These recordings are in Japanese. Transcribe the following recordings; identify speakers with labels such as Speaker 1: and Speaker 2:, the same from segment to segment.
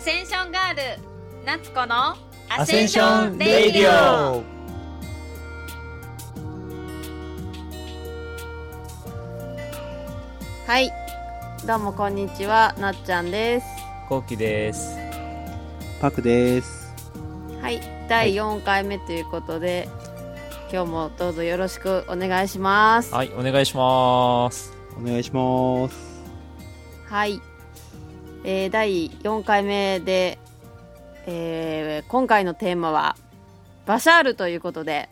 Speaker 1: センションガール夏子の
Speaker 2: アセンションレイディオ
Speaker 3: はい。どうもこんにちは、なっちゃんです。
Speaker 2: コウキです
Speaker 4: パクです。
Speaker 3: はい。第4回目ということで、今日もどうぞよろしくお願いします。
Speaker 2: はいお願いします
Speaker 4: お願いします。
Speaker 3: はい。えー第4回目で、えー今回のテーマは、バシャールということで、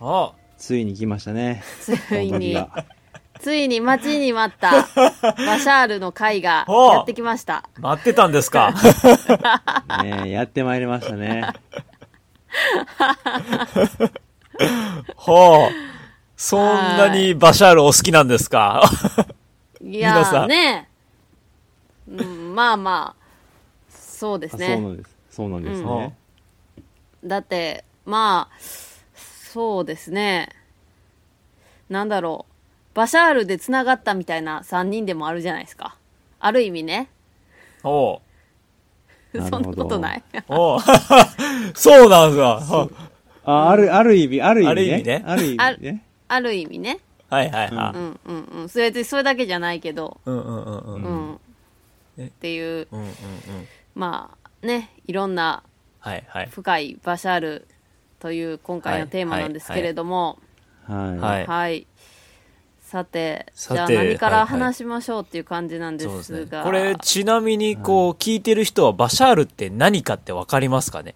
Speaker 2: あ
Speaker 4: ついに来ましたね。
Speaker 3: つい
Speaker 4: この度
Speaker 3: に、
Speaker 4: が
Speaker 3: ついに待ちに待った バシャールの回がやってきました。
Speaker 2: 待ってたんですか
Speaker 4: ね、やってまいりましたね。
Speaker 2: ほうそんなにバシャールお好きなんですか
Speaker 3: い
Speaker 2: 皆
Speaker 3: や
Speaker 2: さ
Speaker 3: ー
Speaker 2: ん
Speaker 3: ね、うん、まあまあ、そうです
Speaker 4: あ
Speaker 3: ね。
Speaker 4: そうなんです。そうなんです
Speaker 2: うん
Speaker 4: ね。
Speaker 3: だってまあそうですねなんだろうバシャールでつながったみたいな3人でもあるじゃないですかある意味ね
Speaker 2: ほ
Speaker 3: そ
Speaker 4: なるほ
Speaker 3: ん
Speaker 4: ど
Speaker 3: なことない
Speaker 2: うほう そうなん ですか
Speaker 4: あ、ある、ある意味、ある意味ね。
Speaker 2: あ
Speaker 4: ある意味ね。
Speaker 3: あるある意味ね
Speaker 2: はいはいは
Speaker 3: う
Speaker 2: い
Speaker 3: んうんうんそれでそれだけじゃないけど
Speaker 2: うんうんうんうん
Speaker 3: う
Speaker 2: うん
Speaker 3: ん、
Speaker 2: え
Speaker 3: っていう
Speaker 2: うんうん
Speaker 3: まあねいろんな
Speaker 2: はいはい
Speaker 3: 深いバシャールという今回のテーマなんですけれども
Speaker 4: はい。
Speaker 2: は
Speaker 3: はいい、さて
Speaker 2: さ
Speaker 3: じゃあ
Speaker 2: て
Speaker 3: 何か
Speaker 2: はいは
Speaker 3: ら
Speaker 2: い
Speaker 3: 話しましょうっていう感じなんで
Speaker 2: そうですすね
Speaker 3: が、
Speaker 2: これちなみにこう聞いてる人はバシャールって何かってわかりますかね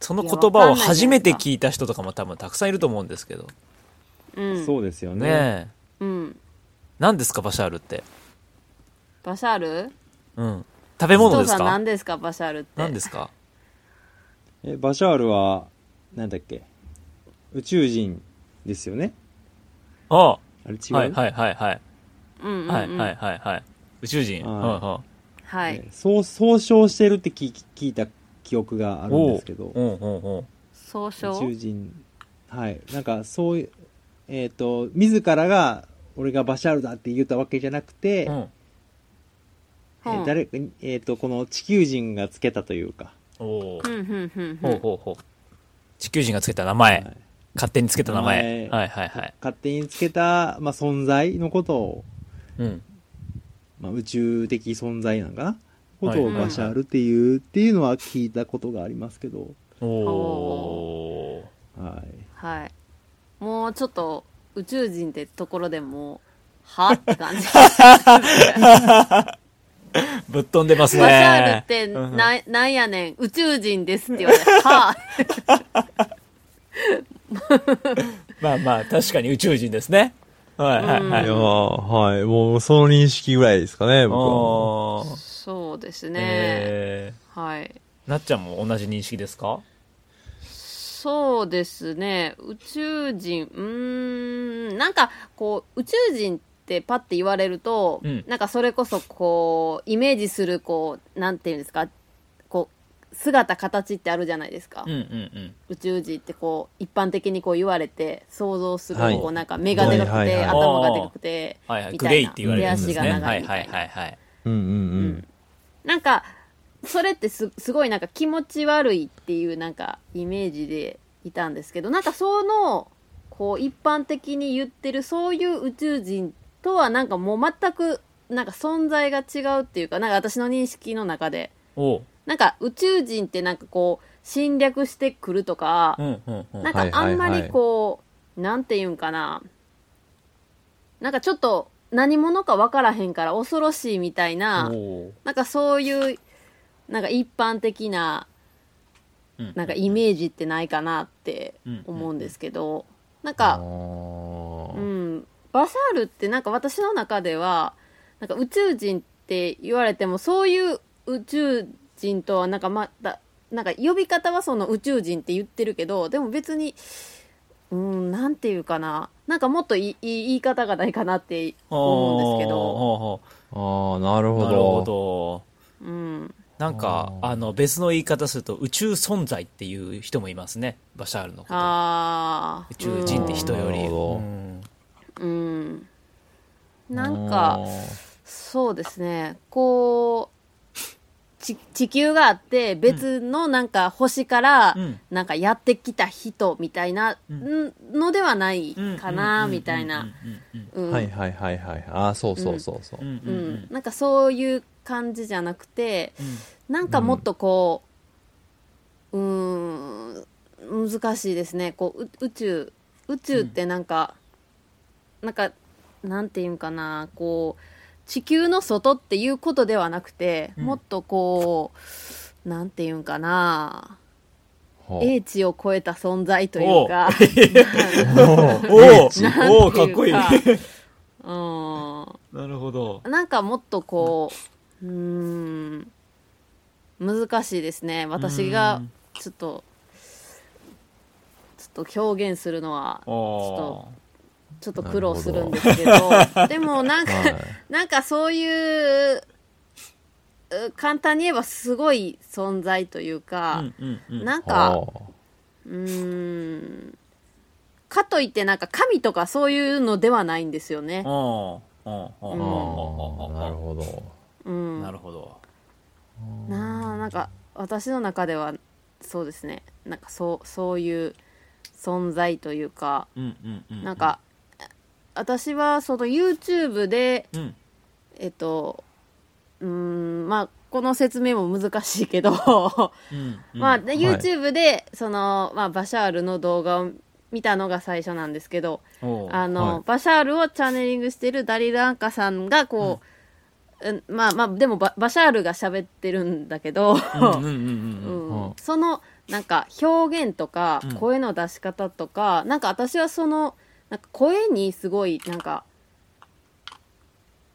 Speaker 2: その言葉を初めて聞いた人とかも多分たくさんいると思うんですけど
Speaker 3: うん
Speaker 4: そうですよね。
Speaker 2: ねえ
Speaker 3: うん、
Speaker 2: 何ですかバシャールって
Speaker 3: バシャール
Speaker 2: うん食べ物です
Speaker 3: さん
Speaker 2: か
Speaker 3: 何ですかバシャールって
Speaker 2: 何ですか
Speaker 4: え、バシャールは、なんだっけ。宇宙人ですよね。
Speaker 2: あ
Speaker 4: あれ違。
Speaker 2: あはいうはいはいはい
Speaker 3: うんうん、うん、
Speaker 2: はいはいはいはい宇宙人
Speaker 4: はい
Speaker 2: は
Speaker 3: は
Speaker 4: ね
Speaker 3: い
Speaker 4: そう、総称してるって聞き聞いた記憶があ
Speaker 2: いはい
Speaker 4: るんですけど。
Speaker 2: おうおうおう
Speaker 3: 総称
Speaker 4: 宇宙人。はい。なんか、そういう、えっと、自らが、俺がバシャールだって言ったわけじゃなくて、
Speaker 2: おう
Speaker 4: え
Speaker 3: うん
Speaker 4: ー誰かにえっ、と、この地球人がつけたというか、
Speaker 2: おう
Speaker 3: うんうんうんう
Speaker 2: ほうんほうほう地球人がつけた名
Speaker 4: は
Speaker 2: 前
Speaker 4: い
Speaker 2: 勝手につけた名前
Speaker 4: 名前
Speaker 2: はいはいはい
Speaker 4: 勝手につけた、まあ、存在のことを、
Speaker 2: うん
Speaker 4: まあ、宇宙的存在なんかなこと
Speaker 2: は
Speaker 4: を
Speaker 2: い
Speaker 4: バシャールっていう、っていうのは聞いたことがありますけど、
Speaker 2: おお
Speaker 3: お
Speaker 4: はい。
Speaker 3: はいもうちょっと宇宙人ってところでもうはって感 じ
Speaker 2: ぶっ飛んでますね
Speaker 3: バシャールって
Speaker 2: うん
Speaker 3: ななんやねん宇宙人ですって言われては
Speaker 2: まあまあ、確かに宇宙人ですね。はいはいはいい。
Speaker 5: いや
Speaker 2: あ
Speaker 5: はい。もう、その認識ぐらいですかね、僕は。
Speaker 2: ー
Speaker 3: そうですね、
Speaker 2: え
Speaker 3: はい
Speaker 2: ーなっちゃんも同じ認識ですか
Speaker 3: そうですね宇宙人うーんなんかこう宇宙人ってパッて言われると、
Speaker 2: うん
Speaker 3: なんかそれこそこうイメージするこうなんていうんですかこう姿形ってあるじゃないですか、
Speaker 2: うんうん
Speaker 3: 宇宙人ってこう一般的にこう言われて想像する、
Speaker 5: はい
Speaker 3: こうなんか目がでかくて、
Speaker 5: はいはいはい
Speaker 3: 頭がでかくて
Speaker 2: うん。はいはい。
Speaker 3: み
Speaker 2: グ
Speaker 3: た
Speaker 2: レイ
Speaker 3: い
Speaker 2: っ
Speaker 3: な
Speaker 2: て言われるんですね。
Speaker 3: 手
Speaker 2: は
Speaker 3: 足
Speaker 2: い
Speaker 3: が長
Speaker 2: はいい
Speaker 3: みた
Speaker 2: はい
Speaker 3: ない
Speaker 2: はい。
Speaker 5: うんうんうん。
Speaker 3: なんかそれってすすごいなんか気持ち悪いっていうなんかイメージでいたんですけどなんかそのこう一般的に言ってるそういう宇宙人とはなんかもう全くなんか存在が違うっていうかなんか私の認識の中で
Speaker 2: おう。
Speaker 3: なんか宇宙人ってなんかこう侵略してくるとか
Speaker 2: う、んうんうん。
Speaker 3: なんかあんまりこう、なんていうんかななんかちょっと何者か分からへんから恐ろしいみたいな。
Speaker 2: おう
Speaker 3: なんかそういう、なんか一般的な、
Speaker 2: うん
Speaker 3: なんかイメージってないかなって思うんですけど、なんか、
Speaker 5: あ
Speaker 3: う
Speaker 5: ー
Speaker 3: ん、バシャールってなんか私の中では、なんか宇宙人って言われても、そういう宇宙人とはなんかまた、なんか呼び方はその宇宙人って言ってるけど、でも別に、うん、なんていうかな、なんかもっといいいい言い方がないかなって思うんですけど、
Speaker 2: おう
Speaker 5: あー、なる
Speaker 2: おうおう
Speaker 5: ほど。
Speaker 2: なるほど。
Speaker 3: うん、
Speaker 2: なんか、
Speaker 5: あー
Speaker 2: あの、別の言い方すると、宇宙存在っていう人もいますね。バシャールのこと。
Speaker 3: あー
Speaker 2: 宇宙人って人よ
Speaker 5: な
Speaker 2: り。
Speaker 5: るほど
Speaker 2: うん
Speaker 3: うん。なん
Speaker 5: あ
Speaker 3: か、そうですね、こう、ち地球があって別のなんか星から
Speaker 2: うん
Speaker 3: なんかやってきた人みたいな
Speaker 2: うん
Speaker 3: のではない
Speaker 2: うん
Speaker 3: かな
Speaker 2: うん
Speaker 3: みたいな。
Speaker 2: うん
Speaker 3: うん
Speaker 5: はいはいはいはい。ああ、そうそうそうそう
Speaker 2: う。ん
Speaker 3: う
Speaker 2: うんうんうん
Speaker 3: んなんかそういう感じじゃなくてなんかもっとこう、うーん、難しいですね。こう、う宇宙、宇宙ってなんか、なんか、なんていうんかな、こう、地球の外っていうことではなくて、
Speaker 2: うん
Speaker 3: もっとこう、なんていうんかな、
Speaker 5: ほう
Speaker 3: 英知を超えた存在というか、
Speaker 2: うんお
Speaker 3: なんていう
Speaker 2: ーおーかっこいい
Speaker 3: う
Speaker 2: なるほど
Speaker 3: ん、なんかもっとこう、うーん、難しいですね。私
Speaker 2: う
Speaker 3: が
Speaker 2: ん
Speaker 3: ちょっと、ちょっと表現するのは、
Speaker 2: お
Speaker 3: ちょっと苦労するんですけど、でもなんか、
Speaker 5: はい
Speaker 3: なんかそういう、う簡単に言えばすごい存在という
Speaker 2: ー
Speaker 3: か、
Speaker 2: うんうんうん
Speaker 3: なんか、
Speaker 5: ほう
Speaker 3: うーん、かといってなんか神とかそういうのではないんですよね。
Speaker 2: おーおーおーおーおーおーおーお
Speaker 5: ああ、
Speaker 2: ー
Speaker 5: なるほど。
Speaker 3: うん。
Speaker 2: な
Speaker 3: な
Speaker 2: るほど
Speaker 3: あ、なんか私の中ではそうですね。なんかそう、そういう存在というか、
Speaker 2: うんうんうん
Speaker 3: なんか、私はその YouTube で、
Speaker 2: うん
Speaker 3: えっと、うーん、まあ、この説明も難しいけど、ま
Speaker 2: うんうん
Speaker 3: あ、で YouTube で、その、まあ、バシャールの動画を見たのが最初なんですけど、
Speaker 2: おー
Speaker 3: あの、
Speaker 5: はい
Speaker 3: バシャールをチャネリングしてるダリル・アンカさんが、こう、うんまあまあ、でもバ、バシャールが喋ってるんだけど、
Speaker 2: うんうんうんうん
Speaker 3: うん
Speaker 5: うん
Speaker 3: そのなんか表現とか
Speaker 2: うん
Speaker 3: 声の出し方とか、なんか私はそのなんか声にすごいなんか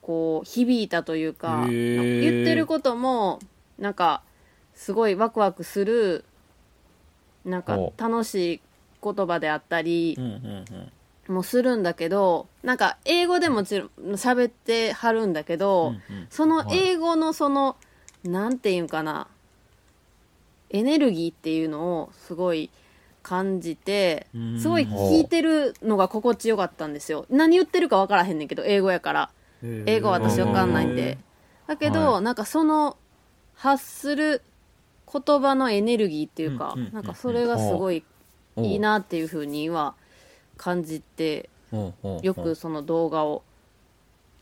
Speaker 3: こう響いたというか
Speaker 2: へー
Speaker 3: なんか言ってることもなんかすごいワクワクするなんか
Speaker 5: ほう
Speaker 3: 楽しい言葉であったり
Speaker 2: うんうんうん
Speaker 3: もするんだけどなんか英語でもちろん喋ってはるんだけど、
Speaker 2: うんうん
Speaker 3: その英語のその、なんていうんかな、エネルギーっていうのをすごい感じて
Speaker 2: う、ん
Speaker 3: すごい聞いてるのが心地よかったんですよ。何言ってるか分からへんねんけど、英語やから。英語私分かんないんで。だけど、
Speaker 5: は
Speaker 3: なんかその発する言葉のエネルギーっていうか、
Speaker 2: うんうんうん
Speaker 3: なんかそれがすごいいいなっていうふうには感じて、よくその動画を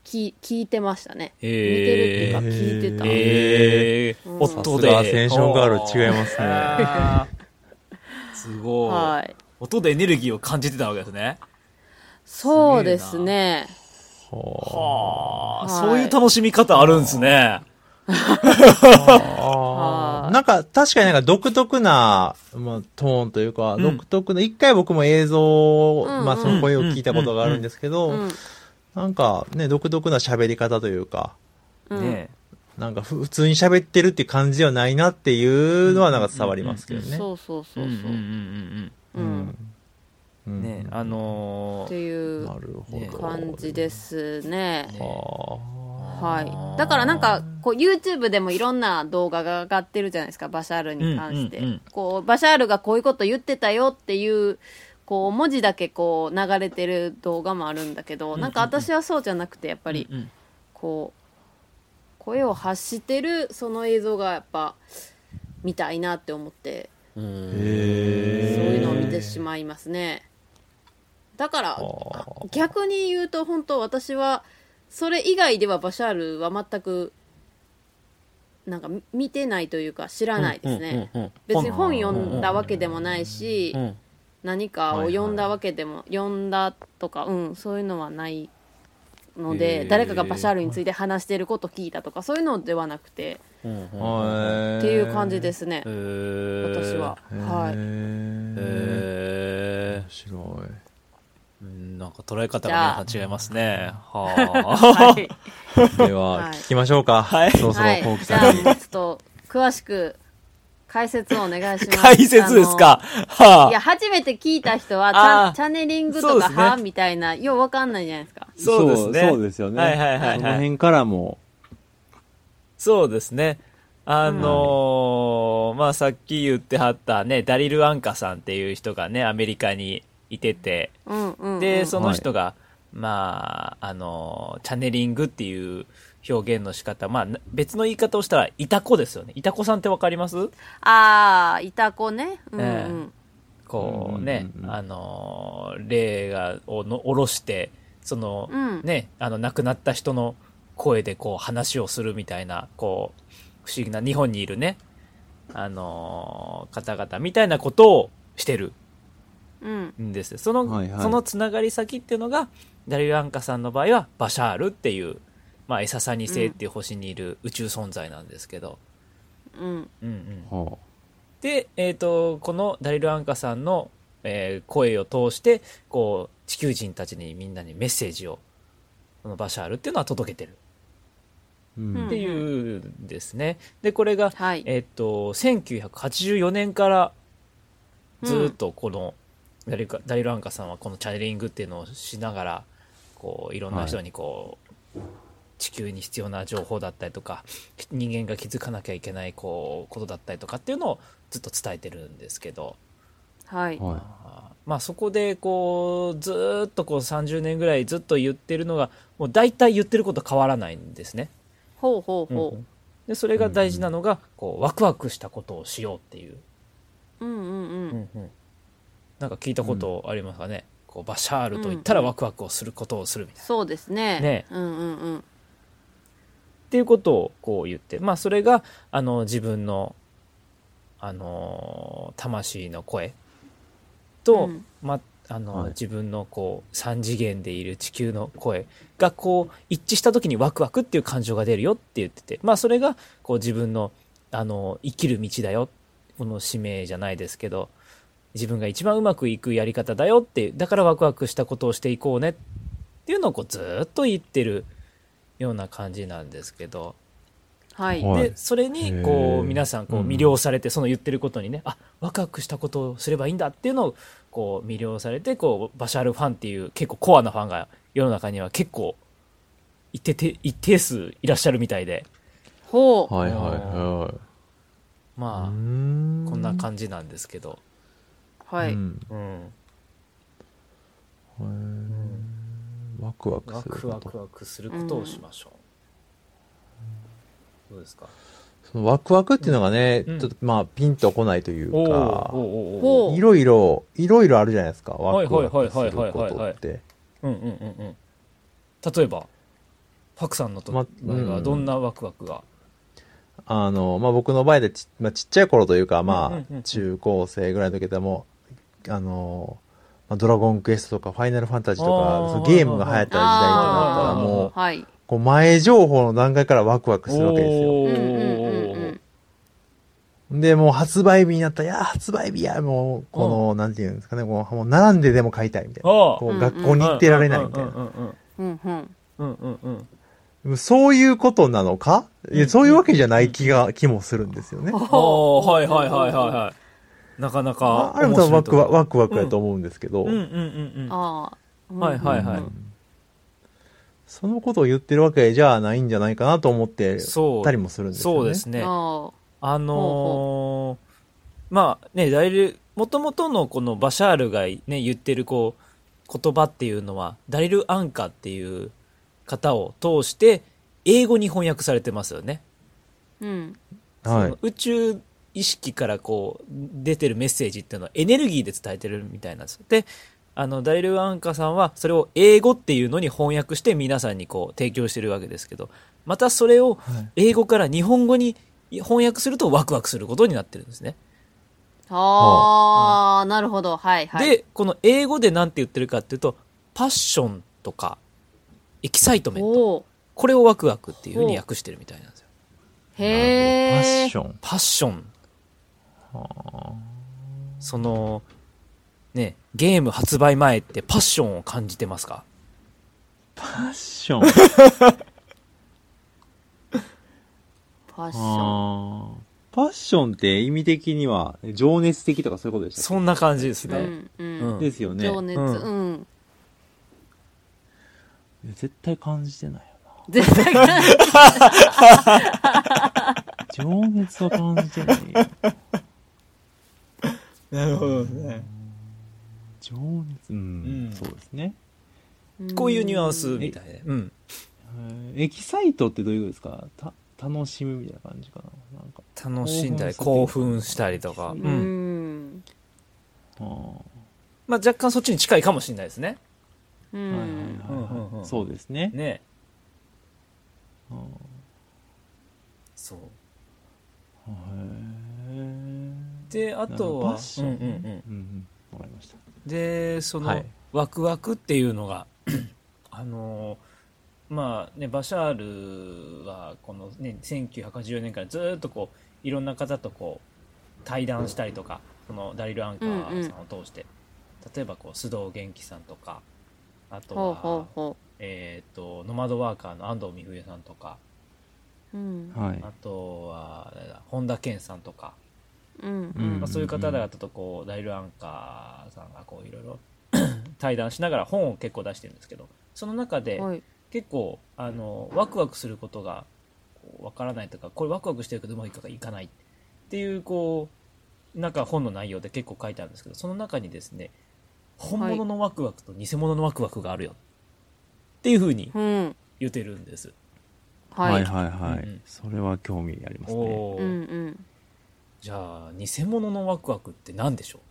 Speaker 3: 聞い聞いてましたね。
Speaker 2: 見
Speaker 3: 見てるっていうか
Speaker 5: へ
Speaker 3: 聞いてた。
Speaker 2: えー、
Speaker 3: うん
Speaker 2: お
Speaker 3: さ
Speaker 2: っと
Speaker 5: す
Speaker 2: で
Speaker 5: がテンションガール違いますね
Speaker 2: すすごい、
Speaker 3: はい。
Speaker 2: 音でエネルギーを感じてたわけですね
Speaker 3: そうですね。
Speaker 5: ほ
Speaker 3: は
Speaker 2: はあ、
Speaker 3: い
Speaker 2: そういう楽しみ方あるんですね
Speaker 5: うあ
Speaker 3: は
Speaker 5: ー
Speaker 3: い
Speaker 5: なんか、確かになんか独特な、まあ、トーンというか、
Speaker 2: うん
Speaker 5: 独特な、一回僕も映像を、
Speaker 3: うんうん
Speaker 5: まあ、その声を聞いたことがあるんですけ
Speaker 3: う
Speaker 5: ど
Speaker 3: ん、。
Speaker 5: なんかね、独特な喋り方というか、
Speaker 3: うん
Speaker 2: ね
Speaker 5: なんかふ普通に喋ってるっていう感じではないなっていうのはなんか伝わりますけどね。
Speaker 3: そうそうそうそう。
Speaker 2: んうん
Speaker 3: う
Speaker 5: うん
Speaker 3: ん。
Speaker 5: うん
Speaker 2: ねあの
Speaker 3: っ
Speaker 2: ー
Speaker 3: ていう
Speaker 5: なるほ
Speaker 2: ね
Speaker 5: ど。
Speaker 3: 感じですね。
Speaker 5: は
Speaker 3: はい。だからなんか、こう YouTube でもいろんな動画が上がってるじゃないですか、バシャールに関して。
Speaker 2: うんうんうん
Speaker 3: こう、バシャールがこういうこと言ってたよっていう、こう、文字だけこう流れてる動画もあるんだけど、なんか私はそうじゃなくて、やっぱり、
Speaker 2: うん
Speaker 3: こう声を発してるその映像がやっぱ見たいなって思って
Speaker 5: あ。
Speaker 3: そう
Speaker 5: へ
Speaker 3: いうのを見てしまいますねだから逆に言うと本当私はそれ以外ではバシャールは全くなんかみ見てないというか知らないですね、
Speaker 2: うんうん
Speaker 3: 別に本読んだわけでもないし、
Speaker 2: ん
Speaker 3: 何かを読んだわけでも、読んだとか、うん、そういうのはないので、
Speaker 2: へー
Speaker 3: 誰かがバシャールについて話してること聞いたとかそういうのではなくて、
Speaker 2: うんうん
Speaker 5: ー
Speaker 3: っていう感じで。すね、
Speaker 2: えー
Speaker 3: 私は、
Speaker 5: へー
Speaker 3: はい
Speaker 5: へー
Speaker 2: え
Speaker 5: 面白い。
Speaker 2: ーうんなんか捉え方
Speaker 3: じゃあ
Speaker 2: が皆さん違いますねは
Speaker 3: はい、
Speaker 5: で
Speaker 3: は、
Speaker 5: はい聞きましょうか。
Speaker 2: はい
Speaker 5: そろそろ
Speaker 3: は、
Speaker 5: こう
Speaker 3: い、
Speaker 5: き
Speaker 3: じゃ
Speaker 5: さ
Speaker 3: あ
Speaker 5: ん
Speaker 3: ち
Speaker 5: に
Speaker 3: ょ。っと詳しく解説をお願いし
Speaker 2: あ
Speaker 3: ます
Speaker 2: 解説ですか
Speaker 3: あ
Speaker 2: は
Speaker 3: のいや
Speaker 2: あ
Speaker 3: 初めて聞いた人はチ
Speaker 2: あ
Speaker 3: ャン
Speaker 2: ー
Speaker 3: チャネリング
Speaker 2: そう
Speaker 3: とか
Speaker 2: ですね
Speaker 3: は、みたいなようわかんないじゃないですか
Speaker 2: そうですね
Speaker 4: そうですよね。
Speaker 2: はいはいはいはい
Speaker 4: その辺からも、
Speaker 2: そうですね。あのーまあ、さっき言ってはったね、ダリル・アンカさんっていう人がね、アメリカにいてて、
Speaker 3: うんうんうん、
Speaker 2: で、その人が、まあ、あのーチャネリングっていう表現の仕方、まあ、な別の言い方をしたら、いたこですよね。いたこさんってわかります
Speaker 3: ああいたこねうんうん、
Speaker 2: ええこうね、
Speaker 5: うんうんうん
Speaker 2: あのー霊が、をの、下ろして、その、
Speaker 3: うん
Speaker 2: ね、あの、亡くなった人の声でこう話をするみたいな、こう、不思議な日本にいるね、あのー方々みたいなことをしてる
Speaker 3: うん
Speaker 2: んですよその、
Speaker 4: はいはい
Speaker 2: そのつながり先っていうのが、ダリル・アンカさんの場合は、バシャールっていう、まあ、エササニ星っていう星にいる宇宙存在なんですけど、
Speaker 3: うん
Speaker 2: うんうん。
Speaker 4: は
Speaker 2: で、えー、とこのダリル・アンカさんの、えー声を通してこう地球人たちにみんなにメッセージをこのバシャールっていうのは届けてる
Speaker 4: う
Speaker 3: うん
Speaker 2: っていうんですね。でこれが、
Speaker 3: はい
Speaker 2: えー、と1984年からずっとこの、ダリルダリル・アンカさんはこのチャネリングっていうのをしながらこういろんな人にこう、地球に必要な情報だったりとか人間が気づかなきゃいけないこうことだったりとかっていうのをずっと伝えてるんですけど。
Speaker 3: はい
Speaker 4: は
Speaker 2: まあそこでこうずーっとこう30年ぐらいずっと言ってるのがもう大体言ってること変わらないんですね。
Speaker 3: ほうほう
Speaker 2: う
Speaker 3: ほ
Speaker 2: んでそれが大事なのがこうワクワクしたことをしようっていう、
Speaker 3: ううんうんうん
Speaker 2: なんか聞いたことありますかね、こうバシャールと言ったらワクワクをすることをするみたいな。
Speaker 3: そうですね
Speaker 2: ね
Speaker 3: うんうんうん
Speaker 2: っていうことをこう言ってまあそれがあの自分のあのー魂の声と、
Speaker 3: うん
Speaker 2: まあの
Speaker 4: はい
Speaker 2: 自分のこう3次元でいる地球の声がこう一致した時にワクワクっていう感情が出るよって言っててまあそれがこう自分のあの生きる道だよこの使命じゃないですけど自分が一番うまくいくやり方だよってだからワクワクしたことをしていこうねっていうのをこうずーっと言ってるような感じなんですけど。
Speaker 3: はい
Speaker 4: はい
Speaker 2: でそれに
Speaker 4: へ
Speaker 2: こ
Speaker 4: ー
Speaker 2: う皆さんこ
Speaker 4: う
Speaker 2: うん魅了されて、その言ってることにねあワクワクしたことをすればいいんだっていうのをこう魅了されてこうバシャールファンっていう結構コアなファンが世の中には結構一定て一定数いらっしゃるみたいで
Speaker 3: ほ
Speaker 4: い。
Speaker 3: う
Speaker 4: はいい
Speaker 2: は
Speaker 4: はいい
Speaker 2: は
Speaker 4: は
Speaker 2: まあ、こ
Speaker 5: こ
Speaker 2: んな感じなんですけど、
Speaker 3: はい
Speaker 2: うん、
Speaker 5: ワクワク
Speaker 2: ワ
Speaker 5: する
Speaker 2: ク
Speaker 5: こ
Speaker 2: ワ
Speaker 5: と
Speaker 2: クワクすることをしましょう、どうですか
Speaker 5: そのワクワクっていうのがね、
Speaker 2: うん
Speaker 5: ちょっとまあピンとこないというか、
Speaker 2: おー
Speaker 3: ほう
Speaker 5: いろいろ、いろいろあるじゃないですか、ワクワクする
Speaker 2: はいはい
Speaker 5: こ
Speaker 2: はいはいはい
Speaker 5: と
Speaker 2: は
Speaker 5: っ
Speaker 2: い
Speaker 5: て。
Speaker 2: うんうんうんうん例えばパクさんの時
Speaker 5: ま
Speaker 2: はどんなワクワクが、
Speaker 5: あの、まあ僕の場合でち,、まあ、ちっちゃい頃というか、
Speaker 2: うんう
Speaker 5: ま
Speaker 2: んうんうん
Speaker 5: あ中高生ぐらいの時でも、あの、まあ、ドラゴンクエストとかファイナルファンタジーと
Speaker 2: あー
Speaker 5: か、そのゲームが流行った時代となったら
Speaker 2: あー
Speaker 5: もう、
Speaker 3: はい
Speaker 5: こう前情報の段階からワクワクするわけですよ。
Speaker 2: お
Speaker 3: うん
Speaker 2: ー
Speaker 3: うんうんうん
Speaker 5: で、もう発売日になったら、いやー、発売日や、もう、この、なんていうんですかね、もう、もう並んででも買いたいみたいな。
Speaker 2: ああ
Speaker 3: うん
Speaker 5: こ
Speaker 3: う
Speaker 5: う、
Speaker 3: ん
Speaker 5: 学校に行ってられないみたいな。
Speaker 3: うんうん
Speaker 2: うんうんうん
Speaker 5: でもそういうことなのかいや、そういうわけじゃない気が、気もするんですよね。
Speaker 2: ああはいはいはいはいはいなかなか
Speaker 5: ああれも多分ワクワク、
Speaker 2: ワ
Speaker 5: ワクワクやと思うんですけど、
Speaker 2: うんうんうんうん
Speaker 3: ああ
Speaker 2: はいはいはい
Speaker 5: そのことを言ってるわけじゃないんじゃないかなと思って
Speaker 2: そう
Speaker 5: たりもするんですよね。
Speaker 2: そうですね
Speaker 3: あ
Speaker 2: あのーまあねダリルもともとのこのバシャールがね言ってるこう言葉っていうのはダリル・アンカっていう方を通して英語に翻訳されてますよね
Speaker 3: ーうん
Speaker 5: は
Speaker 2: そ
Speaker 5: い
Speaker 2: の。宇宙意識からこう出てるメッセージっていうのはエネルギーで伝えてるみたいなんですよであのダイル・アンカさんはそれを英語っていうのに翻訳して皆さんにこう提供してるわけですけどまたそれを
Speaker 5: はい
Speaker 2: 英語から日本語に翻訳するとワクワクすることになってるんですね、
Speaker 3: ああなるほどはいはい
Speaker 2: でこの英語で何て言ってるかっていうとパッションとかエキサイトメント
Speaker 3: おー
Speaker 2: これをワクワクっていうふうに訳してるみたいなんですよ
Speaker 3: へ
Speaker 5: なるほどパ
Speaker 3: え
Speaker 5: ッション。
Speaker 2: パッションそのねゲーム発売前ってパッションを感じてますか
Speaker 5: パッション。
Speaker 3: パッション
Speaker 5: あーパッションって意味的には、情熱的とかそういうことでしたっけ
Speaker 2: そんな感じです
Speaker 3: う
Speaker 2: ね、
Speaker 3: んう
Speaker 2: うん
Speaker 3: ん
Speaker 5: ですよね。
Speaker 3: 情熱
Speaker 2: うん
Speaker 3: うん
Speaker 5: 絶対感じてないよ
Speaker 3: 絶対感じ
Speaker 5: な。情熱は感じてないよ。
Speaker 2: なるほどね
Speaker 5: 情熱、う
Speaker 2: う
Speaker 5: ん、
Speaker 2: ん
Speaker 5: そうですね。
Speaker 2: こういうニュアンスみたいでうん
Speaker 5: はい
Speaker 4: エキサイトってどういうことですかた楽しむみたいな感じかななんか
Speaker 2: 楽しんだり興奮したりとか、う
Speaker 3: うんん
Speaker 4: あー
Speaker 2: まあ、若干そっちに近いかもしれないですね
Speaker 3: う
Speaker 4: はいはい
Speaker 3: ん
Speaker 2: うんうん
Speaker 4: は
Speaker 2: う
Speaker 4: いは
Speaker 2: ん
Speaker 4: いそうですね
Speaker 2: ね
Speaker 4: あー
Speaker 2: そう
Speaker 4: へー
Speaker 2: であと
Speaker 4: なんか
Speaker 2: は
Speaker 4: パッシ
Speaker 2: うん
Speaker 4: ョン
Speaker 2: うんうん
Speaker 4: うんうんわかりました
Speaker 2: でその、
Speaker 5: はい
Speaker 2: ワクワクっていうのが あのまあねバシャールはこの、ね、1984年からずーっとこういろんな方とこう対談したりとかそのダリル・アンカーさんを通して、例えばこう須藤元気さんとかあとは
Speaker 3: ほうほうほ
Speaker 2: えー、とノマドワーカーの安藤美冬さんとか
Speaker 3: ううん
Speaker 4: はい
Speaker 2: あとは誰だ本田健さんとか、
Speaker 3: うんう
Speaker 5: うん
Speaker 2: ま
Speaker 3: ん
Speaker 2: あ、そういう方々とこうダイルアンカーさんがこういろいろ 対談しながら本を結構出してるんですけどその中で
Speaker 3: はい
Speaker 2: 結構あのワクワクすることがこうわからないとかこれワクワクしてるけどうまくいかないっていうこうなんか本の内容で結構書いてあるんですけどその中にですね本物のワクワクと偽物のワクワクがあるよっていうふうに
Speaker 3: うん
Speaker 2: 言ってるんです。
Speaker 3: はい
Speaker 4: はいは
Speaker 2: うんうん
Speaker 4: それは興味ありま
Speaker 2: おー
Speaker 3: うんうん
Speaker 2: じゃあ偽物のワクワクって何でしょう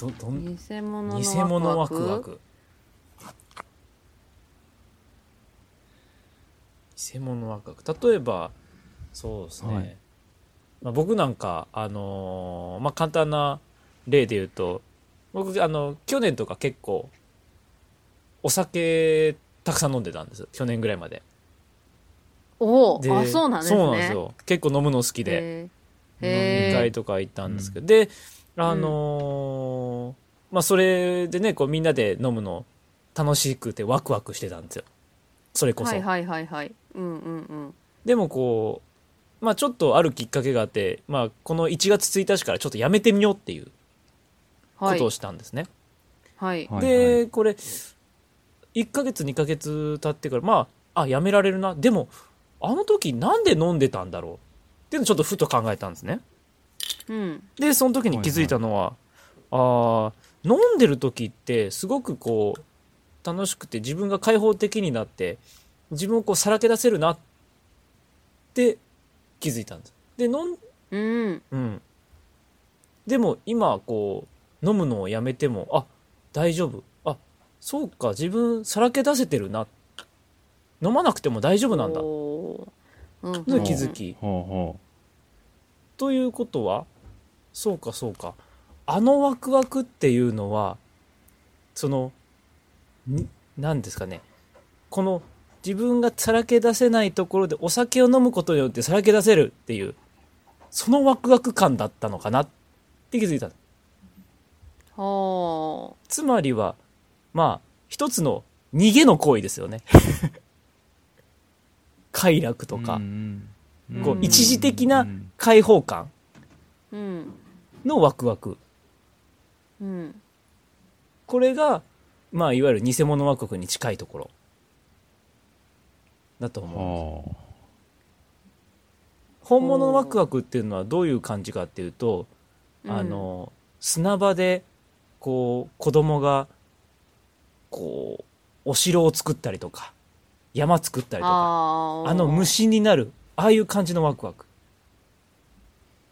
Speaker 2: どどん
Speaker 3: 偽物の
Speaker 2: 偽物ワクワ
Speaker 3: ク
Speaker 2: ク偽物ワクワク例えばそうですね、
Speaker 4: はい
Speaker 2: まあ、僕なんかあのーまあ簡単な例で言うと僕あの去年とか結構お酒たくさん飲んでたんです去年ぐらいまで
Speaker 3: お
Speaker 2: で
Speaker 3: おあそうなんですね
Speaker 2: そうなんですよ結構飲むの好きで、
Speaker 3: へ
Speaker 2: 飲み
Speaker 3: え
Speaker 2: 会とか行ったんですけど、であのーまあそれでねこうみんなで飲むの楽しくてワクワクしてたんですよそれこそ、
Speaker 3: はいはいはいはいうんうんうん
Speaker 2: でもこうまあちょっとあるきっかけがあって、まあ、この1月1日からちょっとやめてみようっていうこ
Speaker 3: はい
Speaker 2: とをしたんですね、
Speaker 3: はい
Speaker 4: はい
Speaker 2: で、これ1ヶ月2ヶ月経ってからまああやめられるなでもあの時なんで飲んでたんだろうっていうのをちょっとふと考えたんですね
Speaker 3: うん
Speaker 2: でその時に気づいたのは、あー飲んでる時ってすごくこう楽しくて自分が開放的になって自分をこうさらけ出せるなって気づいたんですで飲ん、
Speaker 3: うん
Speaker 2: うん、でも今こう飲むのをやめてもあ大丈夫あそうか自分さらけ出せてるな飲まなくても大丈夫なんだ
Speaker 3: おーうんうん
Speaker 2: の気づき、
Speaker 4: ほうほ
Speaker 2: ということはそうかそうかあのワクワクっていうのはそのに何ですかねこの自分がさらけ出せないところでお酒を飲むことによってさらけ出せるっていうそのワクワク感だったのかなって気づいた
Speaker 3: は
Speaker 2: つまりはまあ一つの逃げの行為ですよ ね快楽と
Speaker 4: う
Speaker 2: か、
Speaker 4: うんうん
Speaker 2: こう一時的な
Speaker 4: うん
Speaker 2: 解放感
Speaker 3: あうん
Speaker 2: のワクワク
Speaker 3: うん
Speaker 2: これが、まあ、いわゆる偽物ワクワクに近いところだと思う
Speaker 4: は
Speaker 2: 本物のワクワクっていうのはどういう感じかっていうと、
Speaker 3: うん
Speaker 2: あの砂場でこう子供がこうお城を作ったりとか山作ったりとか
Speaker 3: あー
Speaker 2: あの虫になるああいう感じのワクワク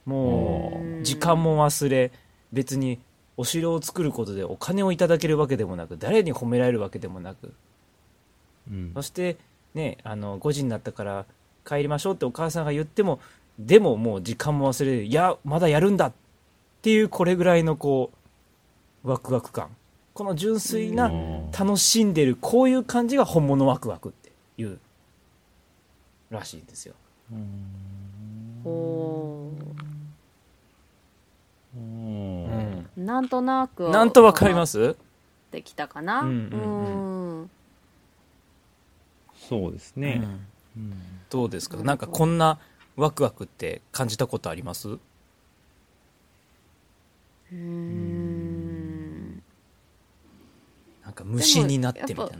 Speaker 2: も
Speaker 3: うん
Speaker 2: う時間も忘れ別にお城を作ることでお金をいただけるわけでもなく誰に褒められるわけでもな
Speaker 4: あ
Speaker 2: く
Speaker 4: うん
Speaker 2: そして、ね、あの5時になったから帰りましょうってお母さんが言ってもでももう時間も忘れるいやまだやるんだっていうこれぐらいのこうワクワク感この純粋
Speaker 4: う
Speaker 2: なん楽しんでるこういう感じが本物ワクワクっていうらしいんですよ。
Speaker 3: お
Speaker 4: うん
Speaker 3: ーなんとなく
Speaker 2: なんとわかりますす
Speaker 3: ってきたかなう
Speaker 2: う
Speaker 3: んん
Speaker 2: う
Speaker 3: うんん、
Speaker 4: そうですね
Speaker 2: う。ん
Speaker 4: うん
Speaker 2: どうですかなんかこんなワクワクって感じたことありますなんか虫になってみたいな
Speaker 3: で。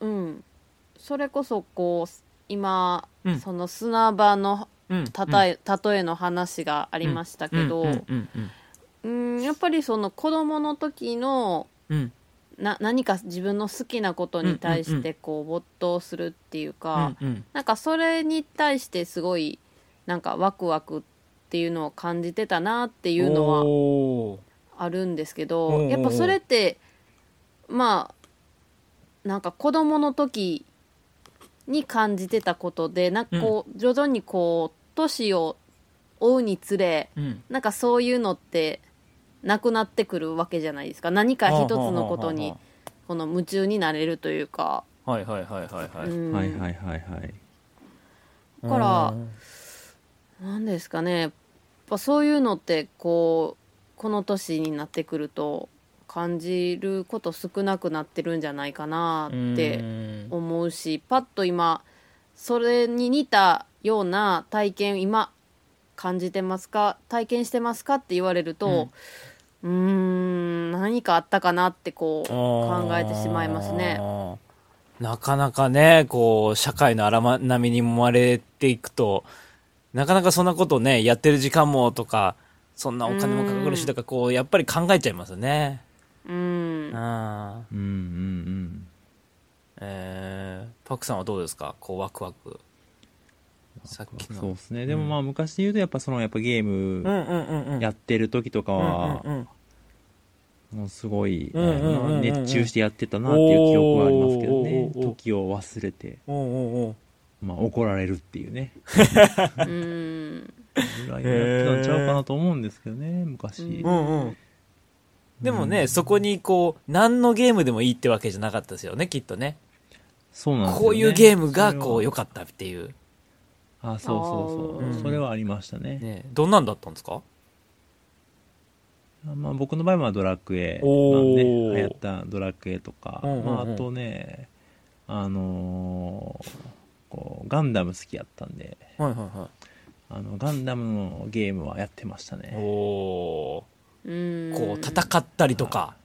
Speaker 2: うんうん
Speaker 3: それこそこう今、
Speaker 2: うん
Speaker 3: その砂場の
Speaker 2: うん
Speaker 3: たたえ、例えの話がありましたけど、
Speaker 2: うんうんうん
Speaker 3: うんやっぱりその子供の時の
Speaker 2: うんうん
Speaker 3: な何か自分の好きなことに対してこう没頭するっていうか、
Speaker 2: うんうん
Speaker 3: なんかそれに対してすごいなんかワクワクっていうのを感じてたなっていうのは
Speaker 2: おー
Speaker 3: あるんですけ
Speaker 2: おうおうお
Speaker 3: ど
Speaker 2: う
Speaker 3: やっぱそれってまあなんか子供の時に感じてたことでなんかこう徐々にこう年を追うにつれ
Speaker 2: うん
Speaker 3: なんかそういうのってなくなってくるわけじゃないですか何か一つのことにこの夢中になれるというか。
Speaker 2: はいはいはいはいはい、
Speaker 3: うん
Speaker 5: はいはいはいはい。
Speaker 3: だから
Speaker 2: うん
Speaker 3: なんですかねやっぱそういうのってこうこの年になってくると感じること少なくなってるんじゃないかなって
Speaker 2: うん
Speaker 3: 思うしパッと今それに似たような体験今感じてますか体験してますかって言われるとうーん何かあったかなってこう考えてしまいますね。
Speaker 2: なかなかね、こう、社会の荒波に揉まれていくと、なかなかそんなことね、やってる時間もとか、そんなお金もかかるし、
Speaker 3: うん
Speaker 2: とか、こう、やっぱり考えちゃいますよね。
Speaker 3: うん
Speaker 2: うん。
Speaker 5: うんうん
Speaker 2: えー、パクさんはどうですかこう、ワクワク。さっき
Speaker 5: うん。
Speaker 2: の。
Speaker 5: そうですね。でもまあ昔で言うとやっぱそのやっぱゲー
Speaker 2: うん
Speaker 5: ム
Speaker 2: うんうんうん。
Speaker 5: やってる時とか
Speaker 2: うん
Speaker 5: は、
Speaker 2: うんうん
Speaker 5: もうすごい、
Speaker 2: うんうんうんうん
Speaker 5: あの熱中してやってたなっていう記憶はありますけどね
Speaker 2: お。ー
Speaker 5: 時を忘れて、
Speaker 2: おうおうおう
Speaker 5: まあ怒られるっていうね。
Speaker 3: うん
Speaker 5: ぐらいやってたんちゃうかなと思うんですけどね、昔
Speaker 3: う。
Speaker 2: うんうん。でもね、そこにこう、何のゲームでもいいってわけじゃなかったですよね、きっとね。
Speaker 5: そうなんですよね
Speaker 2: こういうゲームが、こう、良
Speaker 5: く。
Speaker 2: かったっていう。
Speaker 5: あ、そうそうそう。
Speaker 2: あー
Speaker 5: それはありましたね。
Speaker 2: ねどんなんだったんですか
Speaker 5: まあ、僕の場合はドラクエ、まあ
Speaker 2: お
Speaker 5: ね、
Speaker 2: ー
Speaker 5: 流行ったドラクエとか、
Speaker 2: うんうんうん
Speaker 5: まあ、あとね、あのーこう、ガンダム好きやったんで、
Speaker 2: はいはいは
Speaker 5: あの、ガンダムのゲームはやってました
Speaker 2: い。
Speaker 5: ね。
Speaker 2: お
Speaker 3: うん
Speaker 2: ーこう、戦ったりとか、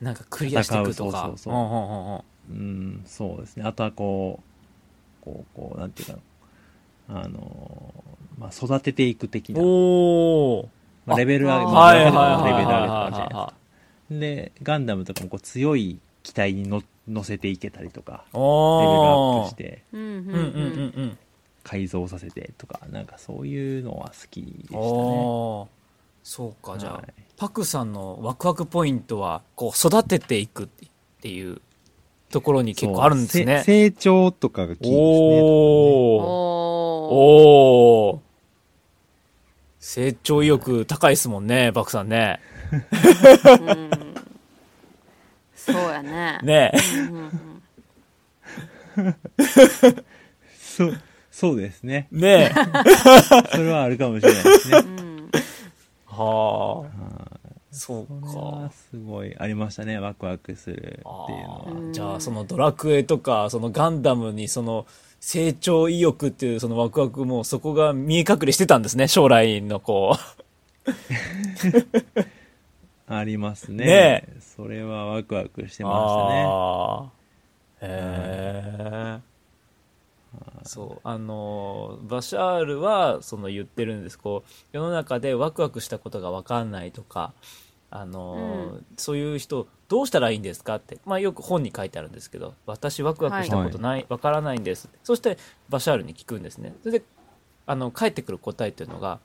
Speaker 2: なんかクリアしていくとか。
Speaker 5: 戦うそうそうそう
Speaker 2: うんうんうんうん
Speaker 5: うん、そうですね。あとはこう、こう、こう、なんていうかな、あのーまあ、育てていく的な、
Speaker 2: おー
Speaker 5: まあ、レベル上げ、
Speaker 3: あ
Speaker 5: まあ
Speaker 2: はい
Speaker 5: ド
Speaker 2: はいは
Speaker 5: ラ
Speaker 2: い
Speaker 5: クエと
Speaker 2: はい
Speaker 5: かもレベル上げとかあるじゃないですか
Speaker 2: は
Speaker 5: で、ガンダムとかもこう強い機体にの乗せていけたりとか、
Speaker 2: い。
Speaker 5: レベルアッ
Speaker 2: お
Speaker 5: プし
Speaker 2: ー
Speaker 5: て、
Speaker 3: うんうん
Speaker 2: うんうんうん
Speaker 5: 改造させてとか、なんかそういうのは好きでした
Speaker 2: うん。
Speaker 5: ね。
Speaker 2: おーそうか、じゃあ、
Speaker 5: はい
Speaker 2: パクさんのワクワクポイントは、こう、育てていくっていうところに結構あるんです
Speaker 5: せ
Speaker 2: ね。
Speaker 5: 成長とかがキーですね。
Speaker 2: おー
Speaker 3: おー
Speaker 2: おお成長意欲高いですもんね、バクさんね。
Speaker 3: うんそうやね。
Speaker 2: ね
Speaker 3: うんうん
Speaker 5: そう、そうですね。
Speaker 2: え。ねえ。
Speaker 5: それはあるかもしれないです ね。
Speaker 3: うん
Speaker 2: はあ。
Speaker 5: は
Speaker 2: そう
Speaker 5: いそれは
Speaker 2: か。
Speaker 5: すごいありましたね。ワクワクするっていう
Speaker 2: あ
Speaker 5: のは。
Speaker 2: ーじゃあ、そのドラクエとか、そのガンダムに、その、成長意欲っていう、そのワクワクも、そこが見え隠れしてたんですね、将来のこ
Speaker 5: ありますね
Speaker 2: ね
Speaker 5: それはワクワクして
Speaker 2: う。
Speaker 5: ま
Speaker 2: ああ。へえ。そう。あの、バシャールは、その言ってるんです。こう、世の中でワクワクしたことがわかんないとか、あの、
Speaker 3: う
Speaker 2: そういう人、どうしたらいいんですかって、まあよく本に書いてあるんですけど、私ワクワクしたことない、わからないんです。そして、バシャールに聞くんですね。それで、あの、返ってくる答えというのが、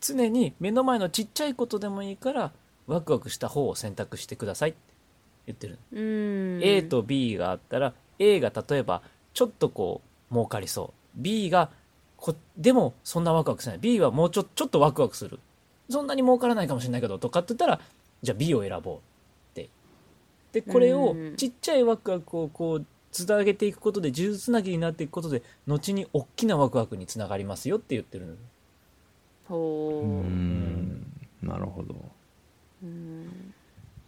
Speaker 2: 常に目の前のちっちゃいことでもいいから、ワクワクした方を選択してくださいって言ってる。
Speaker 3: うん
Speaker 2: A と B があったら A が例えばちょっとこう儲かりそう B がこでもそんなワクワクしない B はもうちょちょっとワクワクするそんなに儲からないかもしれないけどとかって言ったらじゃあ B を選ぼうってでこれを
Speaker 3: うん
Speaker 2: ちっちゃいワクワクをこうつなげていくことで数珠つなぎになっていくことで後に大きなワクワクにつながりますよって言ってるの
Speaker 3: ほ
Speaker 5: すね。
Speaker 3: う
Speaker 5: う。
Speaker 3: ん
Speaker 5: なるほど。
Speaker 3: うん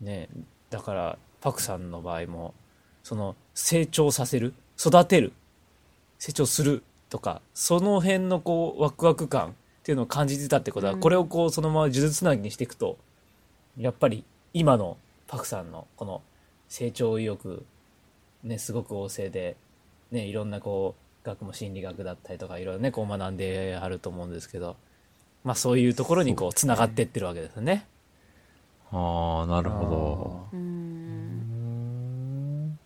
Speaker 2: ねだからパクさんの場合もその成長させる育てる成長するとかその辺のこうワクワク感っていうのを感じてたってことは、
Speaker 3: うん
Speaker 2: これをこうそのまま数珠つなぎにしていくとやっぱり今のパクさんのこの成長意欲ねすごく旺盛で、ね、いろんなこう学も心理学だったりとかいろいろねこう学んであると思うんですけど、まあ、そういうところにこうつながってってるわけですよね。
Speaker 5: あああ、なるほ
Speaker 3: うー
Speaker 5: ど。うんん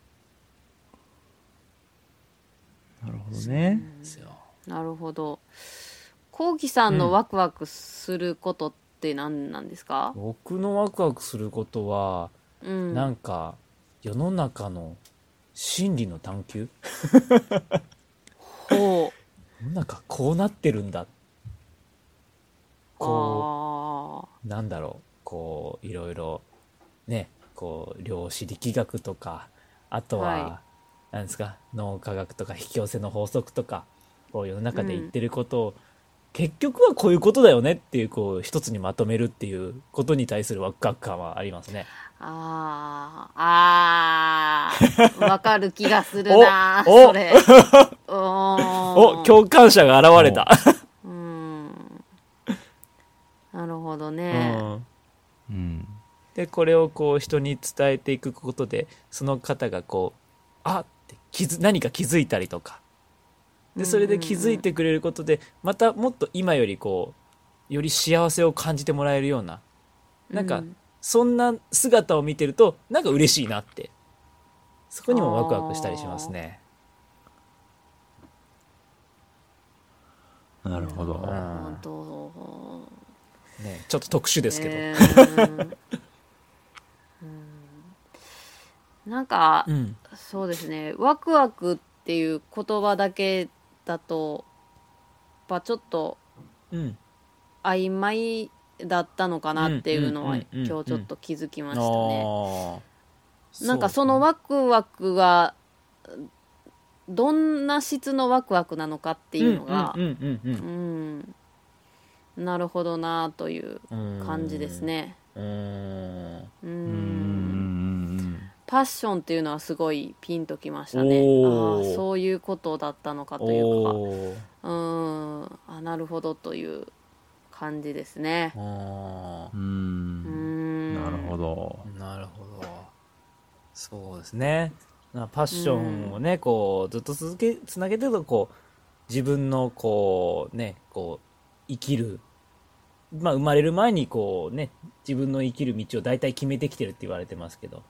Speaker 5: なるほどね。
Speaker 2: ですよ
Speaker 3: なるほどこうきさんのワクワクすることって何なんですか、
Speaker 2: 僕のワクワクすることは、
Speaker 3: うん、
Speaker 2: なんか世の中の真理の探求
Speaker 3: ほう
Speaker 2: 世の中こうなってるんだこ
Speaker 3: あ
Speaker 2: うなんだろうこういろいろねこう量子力学とかあとは、
Speaker 3: は
Speaker 2: なんですか脳科学とか引き寄せの法則とかこう世の中で言ってることを、結局はこういうことだよねっていうこう一つにまとめるっていうことに対するワクワク感はありますね。
Speaker 3: ーあーあーわかる気がするな
Speaker 2: おお
Speaker 3: それお
Speaker 2: お共感者が現れた。
Speaker 3: うーんなるほど
Speaker 2: う
Speaker 3: ね、
Speaker 2: ん
Speaker 5: うん。
Speaker 2: でこれをこう人に伝えていくことでその方がこうあって気づ何か気づいたりとかでそれで気づいてくれることでまたもっと今よりこうより幸せを感じてもらえるようななんか
Speaker 3: うん
Speaker 2: そんな姿を見てるとなんか嬉しいなってそこにもワクワクしたりしますね。
Speaker 5: なるほど。
Speaker 2: うん
Speaker 3: 本当
Speaker 2: ねちょっと特殊ですけど。
Speaker 3: ねうんうんなんか、
Speaker 2: うん
Speaker 3: そうですねワクワクっていう言葉だけだとやっぱちょっと
Speaker 2: うん
Speaker 3: 曖昧だったのかなっていうのは
Speaker 2: うんう
Speaker 3: 今
Speaker 2: んうんう
Speaker 3: 日
Speaker 2: ん
Speaker 3: ちょっと気づきま
Speaker 2: あ
Speaker 3: したね。
Speaker 2: ー
Speaker 3: なんかそのワクワクがどんな質のワクワクなのかっていうのが
Speaker 2: うんうんうんうん
Speaker 3: うんなるほどなという
Speaker 2: うん
Speaker 3: 感じですね。
Speaker 2: うーん
Speaker 3: う
Speaker 5: うんん。
Speaker 3: パッションっていうのはすごいピンときましたね。
Speaker 2: お
Speaker 3: あ
Speaker 2: ー
Speaker 3: あそういうことだったのかというか。
Speaker 2: おー
Speaker 3: うーんあなるほどという感じですね
Speaker 2: う。ーん
Speaker 5: う
Speaker 3: うーん
Speaker 5: ん。なるほど。
Speaker 2: なるほどそうですねなパッションをね、こうずっと続けつなげてるとこう自分のこうねこう生きるまあ生まれる前にこうね自分の生きる道を大体決めてきてるって言われてますけど、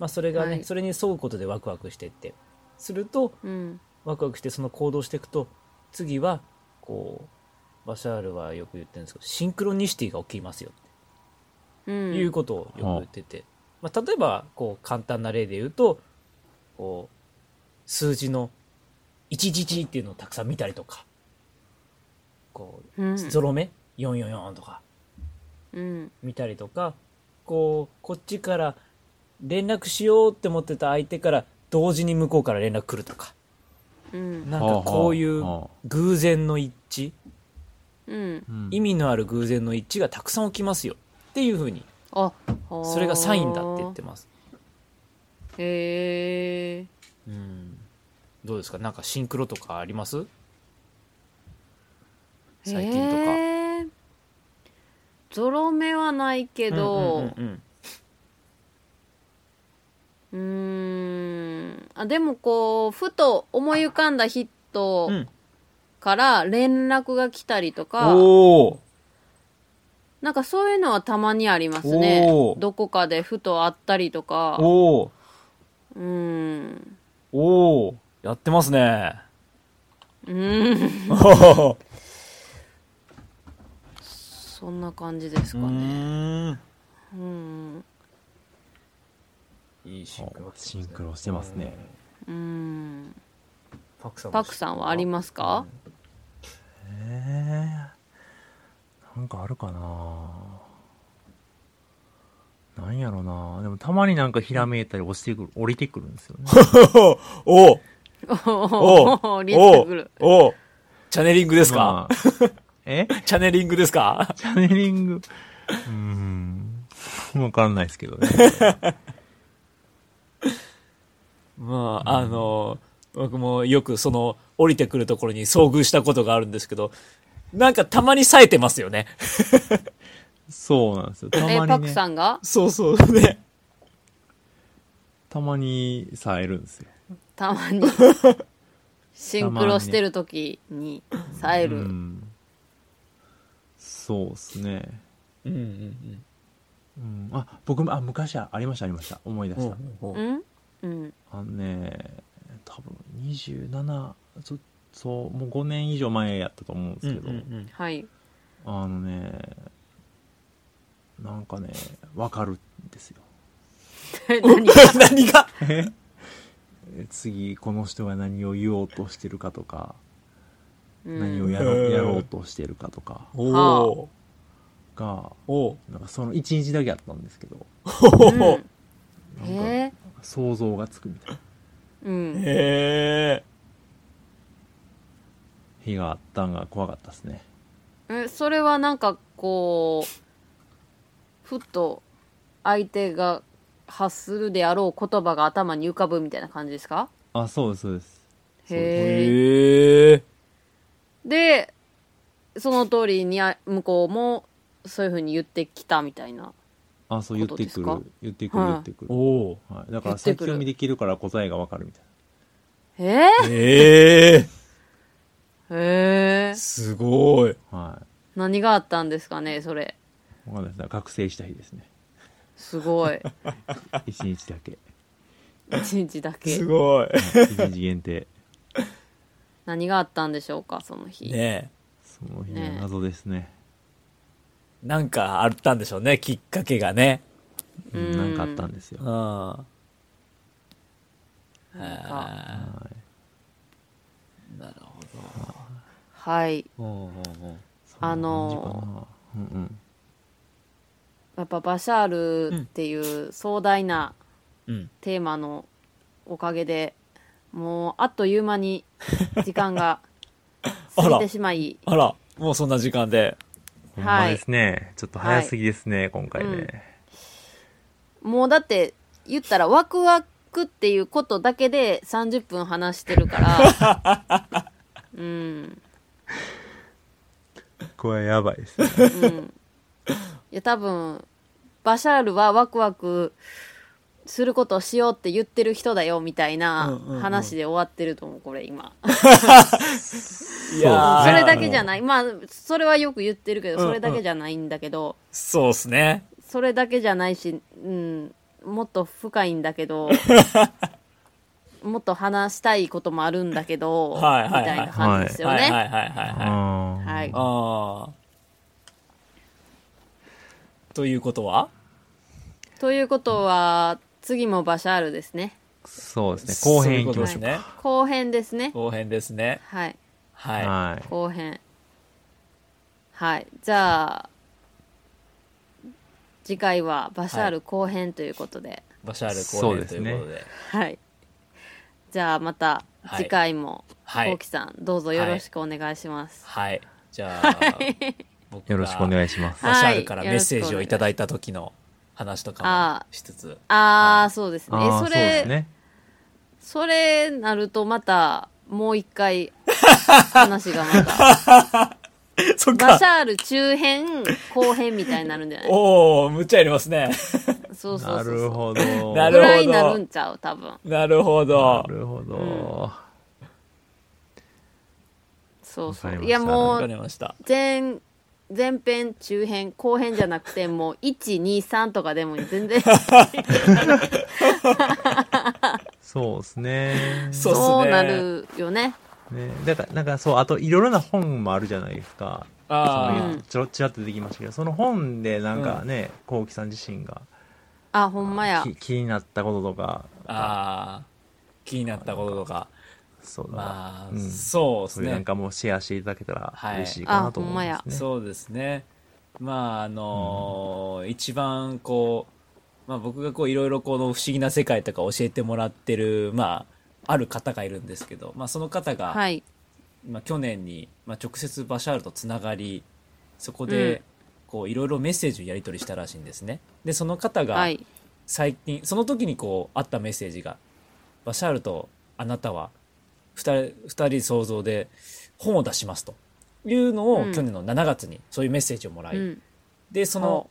Speaker 2: まあ、それがね、
Speaker 3: はい
Speaker 2: それに沿うことでワクワクしてってすると
Speaker 3: うん
Speaker 2: ワクワクしてその行動していくと次はこうバシャールはよく言ってるんですけどシンクロニシティが起きますよ
Speaker 3: う
Speaker 2: いうんことをよく言ってて、まあ、例えばこう簡単な例で言うとこう数字の111っていうのをたくさん見たりとかこ
Speaker 3: う
Speaker 2: うんゾロ目444とか
Speaker 3: うん
Speaker 2: 見たりとかこうこっちから連絡しようって思ってた相手から同時に向こうから連絡来るとか
Speaker 3: うん
Speaker 2: なんかこういう
Speaker 5: はあはあ
Speaker 2: 偶然の一致
Speaker 3: うん
Speaker 5: うん
Speaker 2: 意味のある偶然の一致がたくさん起きますよっていうふうに
Speaker 3: あ
Speaker 2: それがサインだって言ってます。
Speaker 3: てへえ
Speaker 2: うん、どうですかなんかシンクロとかあります最近とか。
Speaker 3: へーゾロ目はないけど
Speaker 2: うん
Speaker 3: う
Speaker 2: うん
Speaker 3: ーんあでもこうふと思い浮かんだヒット
Speaker 2: うんうん
Speaker 3: から連絡が来たりとか、
Speaker 2: おー
Speaker 3: なんかそういうのはたまにありますね
Speaker 2: おー
Speaker 3: どこかでふと会ったりとか
Speaker 2: おー
Speaker 3: うーん
Speaker 2: おーやってます ね。
Speaker 3: うーん
Speaker 2: う
Speaker 3: そんな感じですかね
Speaker 2: ーん
Speaker 3: うん
Speaker 2: いいシンクロです
Speaker 5: シ
Speaker 2: ね、
Speaker 5: ンクロしてますね。
Speaker 3: うん
Speaker 2: パクさん
Speaker 3: パクさんはありますか
Speaker 5: えー、なんかあるかななんやろなでもたまになんかひらめいたり落ちてくる、降りてくるんですよね。
Speaker 2: おお
Speaker 3: お おリスクくる
Speaker 2: おチャネリングです
Speaker 5: まあえ
Speaker 2: チャネリングですか
Speaker 5: チャネリング。うーん。わかんないですけどね。
Speaker 2: まあ、あの、僕もよくその、降りてくるところに遭遇したことがあるんですけど、なんかたまに冴えてますよね。
Speaker 5: そうなんですよ。た
Speaker 3: え
Speaker 5: ま
Speaker 3: パ
Speaker 5: に
Speaker 3: ク
Speaker 5: ね、
Speaker 3: さんが
Speaker 2: そうそうね。
Speaker 5: たまに冴えるんですよ。
Speaker 3: たまにシンクロしてる時に冴え
Speaker 5: う
Speaker 3: る
Speaker 5: ん。そうですね。
Speaker 2: うんうん
Speaker 5: うん、あ僕もあ昔ありましたありました思い出した、
Speaker 3: うんうん
Speaker 5: あのね多分27そそうもう5年以上前やったと思うんですけど、
Speaker 3: はい
Speaker 5: あのねなんかねわかるんですよ
Speaker 3: 何
Speaker 2: 何が
Speaker 5: え 次この人が何を言おうとしてるかとか、 何をやろ
Speaker 2: うん
Speaker 5: やろうとしてるかとか
Speaker 2: お
Speaker 3: は
Speaker 2: お
Speaker 5: が
Speaker 2: お
Speaker 5: なんかその1日だけやったんですけど
Speaker 3: うん
Speaker 2: お
Speaker 3: うん
Speaker 5: なんか
Speaker 3: へ
Speaker 5: 想像がつくみたいな
Speaker 3: えうん
Speaker 2: へえ
Speaker 5: 日があったんが怖かったですね
Speaker 3: えそれはなんかこうふっと相手が発するであろう言葉が頭に浮かぶみたいな感じですか
Speaker 5: あそうですそうです
Speaker 3: へえ
Speaker 2: へえ
Speaker 3: でその通りにあ向こうもそういうふうに言ってきたみたいな
Speaker 5: あそう言ってく
Speaker 3: ことです
Speaker 5: る言ってくる
Speaker 3: はい
Speaker 5: 言ってくる、
Speaker 2: おお
Speaker 5: はい、だ
Speaker 3: 言
Speaker 5: から
Speaker 3: って
Speaker 5: 先
Speaker 3: くる
Speaker 5: 読みできるから答えがわかるみたい
Speaker 3: へえ
Speaker 2: へえ
Speaker 3: へえ
Speaker 2: すごい
Speaker 5: なはい
Speaker 3: 何があったんですかねそれ
Speaker 5: わかんないです覚醒した日です ね
Speaker 3: すご い
Speaker 5: 一日だけ
Speaker 3: 一日だけ
Speaker 2: すごい
Speaker 5: はい一日限定
Speaker 3: 何があったんでしょうかその日、
Speaker 2: ねえ
Speaker 5: その日は
Speaker 3: ねえ
Speaker 5: 謎ですね
Speaker 2: なんかあったんでしょうねきっかけがね
Speaker 5: う
Speaker 3: うんん
Speaker 5: なんかあったんですよ
Speaker 2: うんあ
Speaker 3: なんか
Speaker 2: あ
Speaker 5: は
Speaker 3: は
Speaker 5: い
Speaker 3: い
Speaker 2: うんうんうん
Speaker 5: そんな
Speaker 3: あのー
Speaker 5: 感じかなうん
Speaker 3: やっぱバシャールっていう壮大な
Speaker 2: うん
Speaker 3: テーマのおかげで、もうあっという間に時間が過ぎてしまい、
Speaker 2: あらもうそんな時間で
Speaker 5: うんほん
Speaker 3: はい
Speaker 5: まですねちょっと早すぎですね、今回
Speaker 3: うん
Speaker 5: ね、
Speaker 3: もうだって言ったらワクワクっていうことだけで30分話してるから、うん、
Speaker 5: これはやばいですね
Speaker 3: うん。いや多分、バシャールはワクワクすることをしようって言ってる人だよみたいな
Speaker 2: うんうんうん
Speaker 3: 話で終わってると思う、これ今。
Speaker 2: いやー
Speaker 3: それだけじゃ
Speaker 5: い
Speaker 3: ない。まあ、それはよく言ってるけど、
Speaker 2: うんうん
Speaker 3: それだけじゃないんだけど、
Speaker 2: そうっすね
Speaker 3: それだけじゃないし、うん、もっと深いんだけ ど、もっと話したいこともあるんだけど、
Speaker 2: はいはいはい
Speaker 3: みたいな感じですよ
Speaker 2: は
Speaker 3: ね。
Speaker 2: いはいはいはいはい
Speaker 5: は
Speaker 3: はいい
Speaker 2: ああ。ということは
Speaker 3: ということは、次もバシャールですね。
Speaker 5: そうですね後
Speaker 2: そ
Speaker 5: 編行
Speaker 2: ういうこ
Speaker 5: き
Speaker 2: と
Speaker 5: ま
Speaker 2: で
Speaker 5: し
Speaker 2: す
Speaker 5: ょう
Speaker 2: ね。
Speaker 3: 後編ですね。
Speaker 2: 後編ですね。
Speaker 3: はい。
Speaker 2: はい。
Speaker 5: はい
Speaker 3: 後編はいじゃあ次回はバシャール後編ということで、
Speaker 2: バシャール
Speaker 5: そ
Speaker 2: 後
Speaker 5: う
Speaker 2: 編
Speaker 5: で
Speaker 2: と
Speaker 5: す
Speaker 2: いう
Speaker 5: ね
Speaker 2: ことで。
Speaker 3: はい、じゃあまた
Speaker 2: はい
Speaker 3: 次回も、
Speaker 2: はい
Speaker 3: こうきさんどうぞよろしくお願いします
Speaker 2: はい。じゃあ、僕が
Speaker 5: よろしくお願いします
Speaker 3: はい
Speaker 2: バシャールからメッセージをいただいた時の話とかもしつつ。
Speaker 3: ああ、
Speaker 2: はい
Speaker 3: そうですね
Speaker 5: あー
Speaker 3: そ
Speaker 5: そう
Speaker 3: れそ
Speaker 5: ですね
Speaker 3: れなるとまたもう一 回話がまた
Speaker 2: そっ
Speaker 3: バ
Speaker 2: か
Speaker 3: シ。ャール中編後編みたいになるんじゃない
Speaker 2: おおむっちゃやりますね。
Speaker 3: そうそうそ
Speaker 5: な
Speaker 3: うそう
Speaker 5: るほど
Speaker 2: な
Speaker 3: ぐ
Speaker 2: るほど
Speaker 3: らいになるんちゃう多分
Speaker 2: なるほど
Speaker 5: な。るほど、
Speaker 3: そうそ
Speaker 5: わか
Speaker 3: う
Speaker 5: りました
Speaker 3: いやも
Speaker 2: わ
Speaker 3: う
Speaker 2: かりました。
Speaker 3: 前前編中編後編じゃなくてもう123とかでも全然
Speaker 5: そうですね。
Speaker 2: そうっすね
Speaker 3: そうなるよね
Speaker 5: ね。だから、なんかそう、あといろいろな本もあるじゃないですか。
Speaker 2: あー
Speaker 5: そのちょろちらっと出てきましたけど、その本でなんかね、こうきさん自身が
Speaker 3: あほんまや
Speaker 5: き気になったこととか、
Speaker 2: あー気になったこととか。
Speaker 5: そうだな、
Speaker 2: まあ、
Speaker 5: うん
Speaker 2: そうです
Speaker 5: そういうな
Speaker 2: ね
Speaker 5: ん。かもうシェアしていただけたら
Speaker 2: はい
Speaker 5: 嬉しいかなと思い
Speaker 3: あ
Speaker 5: ま
Speaker 3: ほ
Speaker 5: すね。
Speaker 2: そうですね。まあ、あのー一番こう、まあ僕がこういろいろこの不思議な世界とか教えてもらってる、まあ、ある方がいるんですけど、まあその方が、
Speaker 3: はい
Speaker 2: まあ去年に、まあ直接バシャールとつながり、そこで、
Speaker 3: うん
Speaker 2: こういろいろメッセージをやり取りしたらしいんですね。で、その方が
Speaker 3: はい
Speaker 2: 最近、その時にこうあったメッセージが、バシャールとあなたは二人、二人想像で本を出しますというのを
Speaker 3: うん
Speaker 2: 去年の7月にそういうメッセージをもらい、
Speaker 3: うん
Speaker 2: でその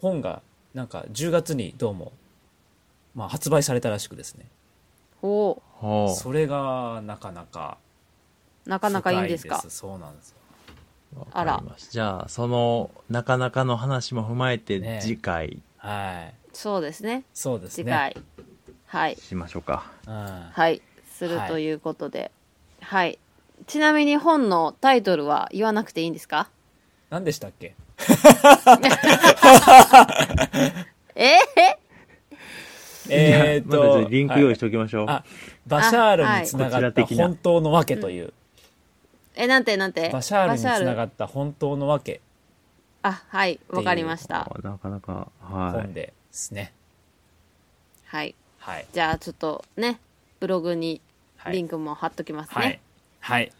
Speaker 2: 本がなんか10月にどうも、まあ、発売されたらしくですね
Speaker 3: おう
Speaker 5: ほう
Speaker 2: それがなかなか
Speaker 3: な
Speaker 2: 深
Speaker 3: かなかいいんですか
Speaker 2: そうなんですよ
Speaker 3: あら
Speaker 5: わかりましたじゃあ、その、なかなかの話も踏まえ
Speaker 2: ね
Speaker 5: て、次回
Speaker 2: はい。
Speaker 3: そうですね。
Speaker 2: そうです
Speaker 3: 次
Speaker 2: ね。
Speaker 3: 回。はい。
Speaker 5: しましょうか。
Speaker 2: うん。
Speaker 3: はい。する
Speaker 2: はい
Speaker 3: ということで。はい。ちなみに本のタイトルは言わなくていいんですか
Speaker 2: 何でしたっけ
Speaker 3: え
Speaker 2: えーっ
Speaker 5: じゃあまだ
Speaker 2: と、
Speaker 5: じゃあリンク用意し
Speaker 2: して
Speaker 5: おきましょう。
Speaker 2: あ、バシャールにつな
Speaker 5: あ
Speaker 2: が
Speaker 5: は
Speaker 2: っ
Speaker 5: い
Speaker 2: た本当のわけという。
Speaker 3: え、なんてなんて
Speaker 2: バシャールにつな
Speaker 3: バシャー
Speaker 2: がった本当のわけ
Speaker 3: あ、はい。わかりました。
Speaker 5: なかなか、は
Speaker 2: 本でですね。
Speaker 3: はい。
Speaker 2: はい。
Speaker 3: じゃあちょっとね、ブログに
Speaker 2: はい
Speaker 3: リンクも貼っときます
Speaker 2: はい
Speaker 3: ね。。
Speaker 2: はい。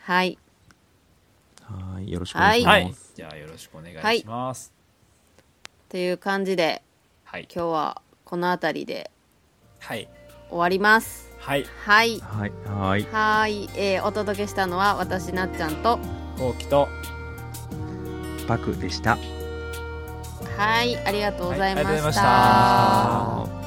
Speaker 3: はい。
Speaker 5: い。はい。よろしくお願いし
Speaker 2: は
Speaker 5: ま
Speaker 2: い
Speaker 5: す。。
Speaker 2: じゃあよろしくお願いします。
Speaker 3: という感じで、
Speaker 2: はい。
Speaker 3: 今日はこの辺りで
Speaker 2: はい。
Speaker 3: 終わります。
Speaker 2: はい。
Speaker 3: はい。
Speaker 5: はい。はい。
Speaker 3: はーい。えーお届けしたのは私、なっちゃんと、
Speaker 2: 後期と、
Speaker 5: パクでした。
Speaker 3: はい。ありがとうございました。
Speaker 2: はいありがとうございましたあー